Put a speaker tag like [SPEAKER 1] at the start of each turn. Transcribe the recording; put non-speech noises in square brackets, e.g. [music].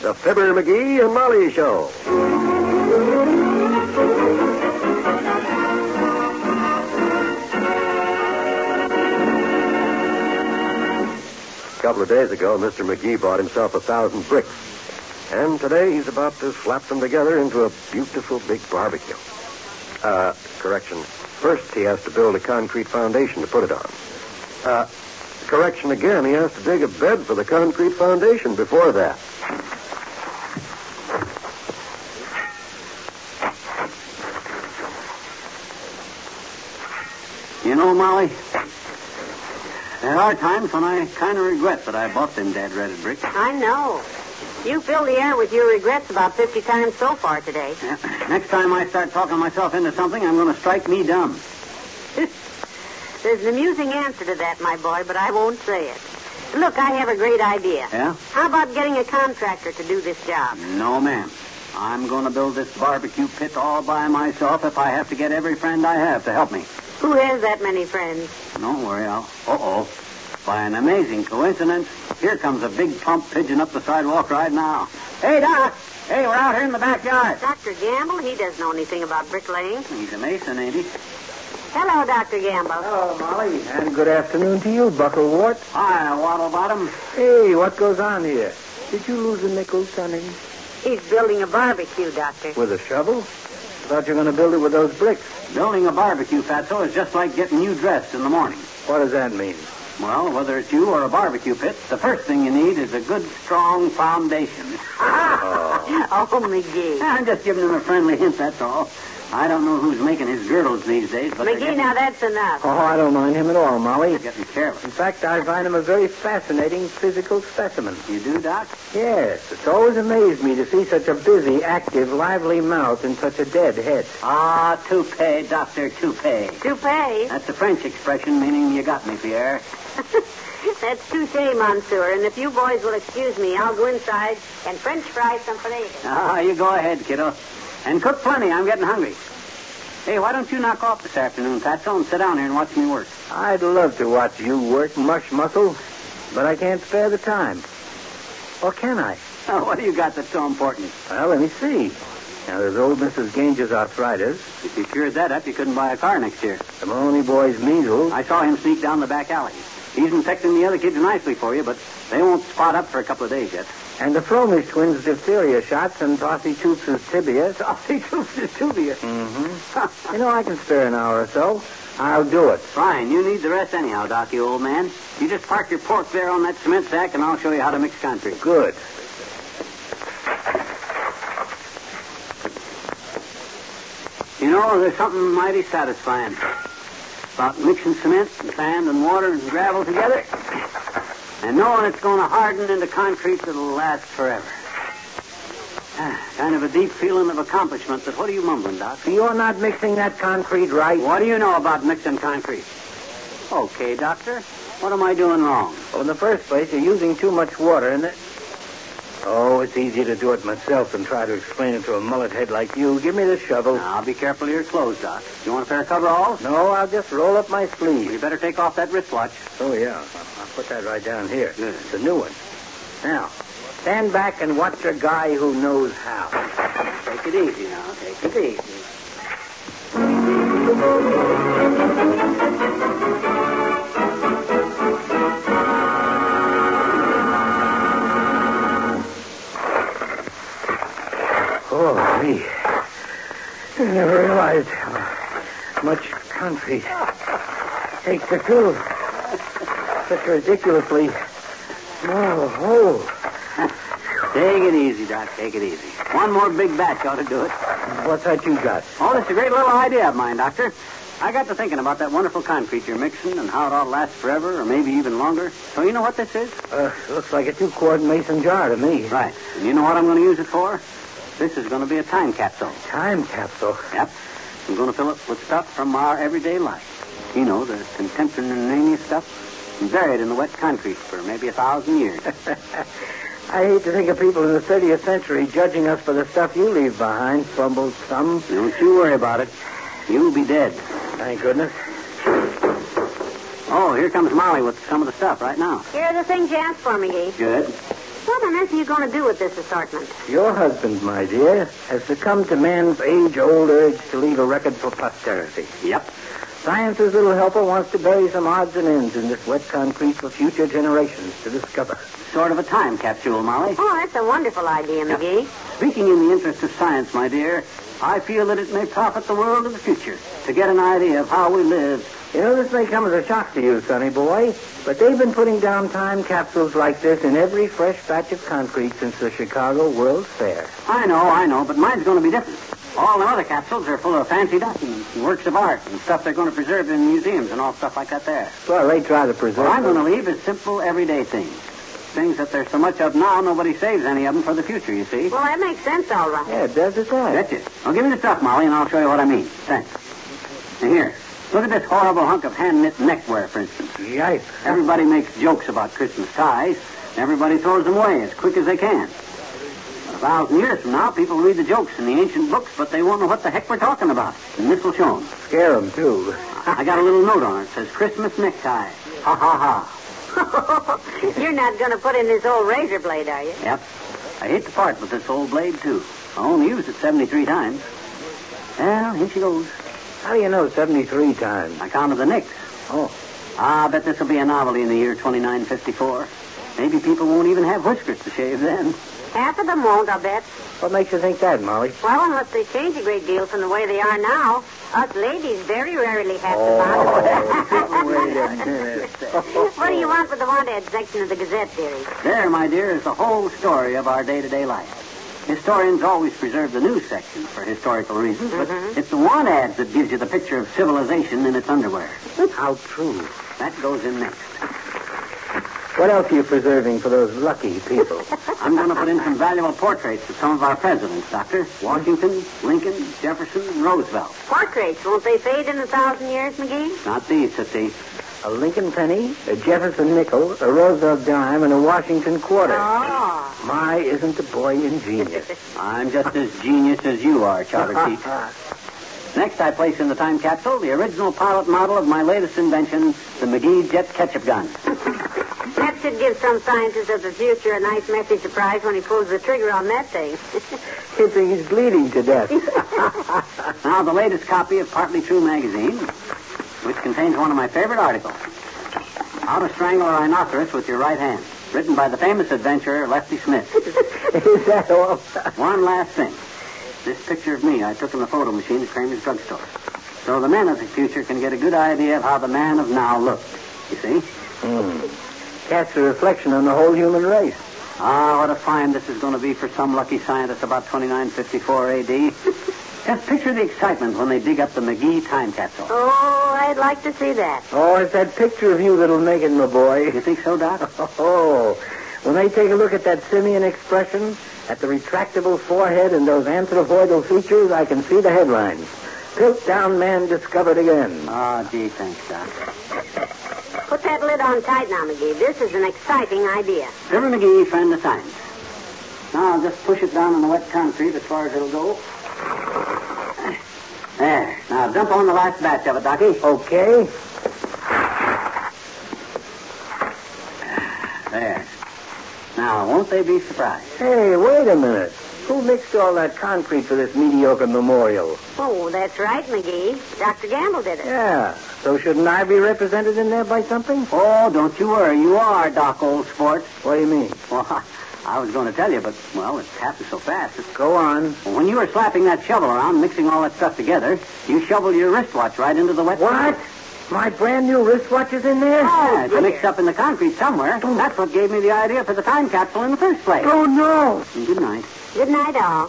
[SPEAKER 1] The Fibber McGee and Molly Show. A couple of days ago, Mr. McGee bought himself a thousand bricks. And today he's about to slap them together into a beautiful big barbecue. Uh, correction. First, he has to build a concrete foundation to put it on. Uh, correction again, he has to dig a bed for the concrete foundation before that.
[SPEAKER 2] You know, Molly, there are times when I kind of regret that I bought them dad ratted bricks.
[SPEAKER 3] I know. You fill the air with your regrets about 50 times so far today. [laughs]
[SPEAKER 2] Yeah, Next time I start talking myself into something, I'm going to strike me dumb.
[SPEAKER 3] There's an amusing answer to that, my boy, but I won't say it. Look, I have a great idea.
[SPEAKER 2] Yeah?
[SPEAKER 3] How about getting a contractor to do this job?
[SPEAKER 2] No, ma'am. I'm going to build this barbecue pit all by myself if I have to get every friend I have to help me.
[SPEAKER 3] Who has that many friends?
[SPEAKER 2] Don't worry, I'll. Uh oh. By an amazing coincidence, here comes a big plump pigeon up the sidewalk right now. Hey, Doc! Hey, we're out here in the backyard.
[SPEAKER 3] Dr. Gamble, he doesn't know anything about bricklaying.
[SPEAKER 2] He's a mason, ain't he?
[SPEAKER 3] Hello, Dr. Gamble.
[SPEAKER 2] Hello, Molly.
[SPEAKER 1] And good afternoon to you, Bucklewart.
[SPEAKER 2] Hi, Waddle Bottom.
[SPEAKER 1] Hey, what goes on here? Did you lose a nickel, Sonny?
[SPEAKER 3] He's building a barbecue, Doctor.
[SPEAKER 1] With a shovel? Thought you were going to build it with those bricks.
[SPEAKER 2] Building a barbecue, Fatso, is just like getting you dressed in the morning.
[SPEAKER 1] What does that mean?
[SPEAKER 2] Well, whether it's you or a barbecue pit, the first thing you need is a good, strong foundation. [laughs]
[SPEAKER 3] [laughs] Oh, McGee.
[SPEAKER 2] I'm just giving him a friendly hint, that's all. I don't know who's making his girdles these days, but they're
[SPEAKER 3] McGee,
[SPEAKER 2] getting,
[SPEAKER 3] now that's enough.
[SPEAKER 1] Oh, I don't mind him at all, Molly.
[SPEAKER 2] they're getting careless.
[SPEAKER 1] In fact, I find him a very fascinating physical specimen.
[SPEAKER 2] You do, Doc?
[SPEAKER 1] Yes, it's always amazed me to see such a busy, active, lively mouth and such a dead head.
[SPEAKER 2] Ah, toupee, Doctor Toupee.
[SPEAKER 3] Toupee.
[SPEAKER 2] That's a French expression meaning you got me, Pierre.
[SPEAKER 3] [laughs] That's touche, Monsieur. And if you boys will excuse me, I'll go inside and French fry some potatoes.
[SPEAKER 2] Ah, you go ahead, kiddo. And cook plenty. I'm getting hungry. Hey, why don't you knock off this afternoon, Fatso, and sit down here and watch me work?
[SPEAKER 1] I'd love to watch you work, mush muscle, but I can't spare the time. Or can I?
[SPEAKER 2] Oh, what do you got that's so important?
[SPEAKER 1] Well, let me see. Now, there's old Mrs. Ganger's arthritis,
[SPEAKER 2] If you cured that up, you couldn't buy a car next year.
[SPEAKER 1] the Maloney boy's measles.
[SPEAKER 2] I saw him sneak down the back alley. He's infecting the other kids nicely for you, but they won't spot up for a couple of days yet.
[SPEAKER 1] And the Fromish twins' diphtheria shots and Bossy Tooth's tibia. [laughs]
[SPEAKER 2] Tossy Toops tubia. Hmm. [laughs]
[SPEAKER 1] Mm-hmm. you know, I can spare an hour or so. I'll do it.
[SPEAKER 2] Fine, you need the rest anyhow, Doc, you old man. You just park your pork there on that cement sack, and I'll show you how to mix concrete.
[SPEAKER 1] Good.
[SPEAKER 2] You know, there's something mighty satisfying about mixing cement and sand and water and gravel together and knowing it's going to harden into concrete that'll last forever. Ah, kind of a deep feeling of accomplishment, but what are you mumbling, Doc?
[SPEAKER 1] You're not mixing that concrete right.
[SPEAKER 2] What do you know about mixing concrete? Okay, Doctor. What am I doing wrong?
[SPEAKER 1] Well, in the first place, you're using too much water, and it. Oh, it's easier to do it myself than try to explain it to a mullet head like you. Give me the shovel.
[SPEAKER 2] Now, be careful of your clothes, Doc. You want a pair of coveralls?
[SPEAKER 1] No, I'll just roll up my
[SPEAKER 2] Well, you
[SPEAKER 1] sleeve.
[SPEAKER 2] better take off that wristwatch.
[SPEAKER 1] Oh, yeah. I'll put that right down here.
[SPEAKER 2] Good.
[SPEAKER 1] It's a new one. Now, stand back and watch a guy who knows how.
[SPEAKER 2] Take it easy now. Take it easy.
[SPEAKER 1] Oh, surprised how much concrete takes to fill such a ridiculously small hole.
[SPEAKER 2] Take it easy, Doc. Take it easy. One more big batch ought to do it.
[SPEAKER 1] What's that you got?
[SPEAKER 2] Oh, that's a great little idea of mine, Doctor. I got to thinking about that wonderful concrete you're mixing and how it ought to last forever or maybe even longer. So you know what this is?
[SPEAKER 1] Uh, looks like a two-quart mason jar to me.
[SPEAKER 2] Right. And you know what I'm going to use it for? This is going to be a time capsule.
[SPEAKER 1] Time capsule.
[SPEAKER 2] Yep. I'm going to fill it with stuff from our everyday life. You know, the contemporaneous stuff. and Buried in the wet concrete for maybe a thousand years.
[SPEAKER 1] [laughs] I hate to think of people in the 30th century judging us for the stuff you leave behind. Fumbled thumbs.
[SPEAKER 2] Don't you worry about it. You'll be dead.
[SPEAKER 1] Thank goodness.
[SPEAKER 2] Oh, here comes Molly with some of the stuff right now.
[SPEAKER 3] Here are the things you asked for, McGee.
[SPEAKER 2] Good.
[SPEAKER 3] What on earth are you going to do with this assortment?
[SPEAKER 1] Your husband, my dear, has succumbed to man's age-old urge to leave a record for posterity.
[SPEAKER 2] Yep.
[SPEAKER 1] Science's little helper wants to bury some odds and ends in this wet concrete for future generations to discover.
[SPEAKER 2] Sort of a time capsule, Molly.
[SPEAKER 3] Oh, that's a wonderful idea, McGee.
[SPEAKER 2] Speaking in the interest of science, my dear, I feel that it may profit the world of the future to get an idea of how we lived.
[SPEAKER 1] You know, this may come as a shock to you, sonny boy, but they've been putting down time capsules like this in every fresh batch of concrete since the Chicago World's Fair.
[SPEAKER 2] I know, I know, but mine's going to be different. All the other capsules are full of fancy documents and works of art and stuff they're going to preserve in museums and all stuff like that there.
[SPEAKER 1] Well, they try to preserve
[SPEAKER 2] What I'm
[SPEAKER 1] them.
[SPEAKER 2] going to leave is simple, everyday things. Things that there's so much of now, nobody saves any of them for the future, you see.
[SPEAKER 3] Well, that makes sense, all right. [laughs]
[SPEAKER 1] Yeah, it does it that.
[SPEAKER 2] Betcha. Well, give me the stuff, Molly, and I'll show you what I mean. Thanks. And here, look at this horrible hunk of hand-knit neckwear, for instance.
[SPEAKER 1] Yikes.
[SPEAKER 2] Everybody makes jokes about Christmas ties. and Everybody throws them away as quick as they can. A thousand years from now, people read the jokes in the ancient books, but they won't know what the heck we're talking about. And this will show 'em.
[SPEAKER 1] Scare them, too.
[SPEAKER 2] I got a little note on it. It says Christmas necktie. Ha ha
[SPEAKER 3] You're not going to put in this old razor blade, are you?
[SPEAKER 2] ha. Yep. I hate to part with this old blade, too. I only used it 73 times. Well, here she goes.
[SPEAKER 1] How do you know 73 times?
[SPEAKER 2] I counted the nicks.
[SPEAKER 1] Oh.
[SPEAKER 2] Ah, I bet this will be a novelty in the year 2954. Maybe people won't even have whiskers to shave then.
[SPEAKER 3] Half of them won't, I bet.
[SPEAKER 1] What makes you think that, Molly?
[SPEAKER 3] Well, unless they change a great deal from the way they are now, us ladies very rarely have
[SPEAKER 1] [laughs]
[SPEAKER 3] to
[SPEAKER 1] Oh, [laughs] wait
[SPEAKER 3] bother.
[SPEAKER 1] a minute.
[SPEAKER 3] what do you want with the want ad section of the Gazette, dearie?
[SPEAKER 2] There, my dear, is the whole story of our day-to-day life. Historians always preserve the news section for historical reasons, but
[SPEAKER 1] Mm-hmm.
[SPEAKER 2] it's the want ads that gives you the picture of civilization in its underwear.
[SPEAKER 1] How true.
[SPEAKER 2] That goes in next.
[SPEAKER 1] What else are you preserving for those lucky people?
[SPEAKER 2] [laughs] I'm going to put in some valuable portraits of some of our presidents, Doctor. Washington, Lincoln, Jefferson, and Roosevelt.
[SPEAKER 3] Portraits, won't they fade in a thousand years, McGee?
[SPEAKER 2] Not these, Sissy.
[SPEAKER 1] a Lincoln penny, a Jefferson nickel, a Roosevelt dime, and a Washington quarter.
[SPEAKER 3] Oh.
[SPEAKER 1] My, isn't the boy ingenious?
[SPEAKER 2] I'm just as genius as you are, Chowder Cheek. Next, I place in the time capsule the original pilot model of my latest invention, the McGee Jet Ketchup Gun.
[SPEAKER 3] That should give some scientist of the future a nice messy surprise when he pulls the trigger on that thing. [laughs]
[SPEAKER 1] Kid think he's bleeding
[SPEAKER 4] [laughs]
[SPEAKER 1] to death.
[SPEAKER 2] Now, the latest copy of Partly True magazine, which contains one of my favorite articles How to Strangle a Rhinoceros with Your Right Hand, written by the famous adventurer Lefty Smith.
[SPEAKER 1] [laughs] Is that all?
[SPEAKER 2] one last thing this picture of me I took in the photo machine at Kramer's drugstore. So the men of the future can get a good idea of how the man of now looked. You see?
[SPEAKER 1] Casts Hmm. a reflection on the whole human race.
[SPEAKER 2] Ah, what a find this is going to be for some lucky scientist about 2954 A.D. [laughs] Just picture the excitement when they dig up the McGee time capsule.
[SPEAKER 3] oh, I'd like to see that.
[SPEAKER 1] Oh, it's that picture of you that'll make it, my
[SPEAKER 2] You
[SPEAKER 1] boy.
[SPEAKER 2] think so, Doc?
[SPEAKER 1] [laughs] Oh, when they take a look at that simian expression, at the retractable forehead and those anthropoidal features, I can see the headlines. Piltdown man discovered again.
[SPEAKER 2] Ah, gee, thanks, Doc.
[SPEAKER 3] Put that lid on tight now, McGee. This is an exciting idea.
[SPEAKER 2] River McGee, friend of science. Now I'll just push it down on the wet concrete as far as it'll go. There. Now dump on the last batch of it, eh? Docky.
[SPEAKER 1] Okay.
[SPEAKER 2] There. Now, won't they be surprised?
[SPEAKER 1] Hey, wait a minute. Who mixed all that concrete for this mediocre memorial?
[SPEAKER 3] Oh, that's right, McGee. Dr. Gamble did it.
[SPEAKER 1] Yeah. So shouldn't I be represented in there by something?
[SPEAKER 2] Oh, don't you worry. You are, Doc, old sport.
[SPEAKER 1] What do you mean?
[SPEAKER 2] Well, [laughs] I was going to tell you, but, well, it's happened so fast.
[SPEAKER 4] Go on.
[SPEAKER 2] Well, When you were slapping that shovel around, mixing all that stuff together, you shoveled your wristwatch right into the wet.
[SPEAKER 4] What? My brand new wristwatch is in there?
[SPEAKER 2] Yeah, Ah, it's mixed up in the concrete somewhere. That's what gave me the idea for the time capsule in the first place.
[SPEAKER 4] Oh, no.
[SPEAKER 2] Good night.
[SPEAKER 3] Good night, all.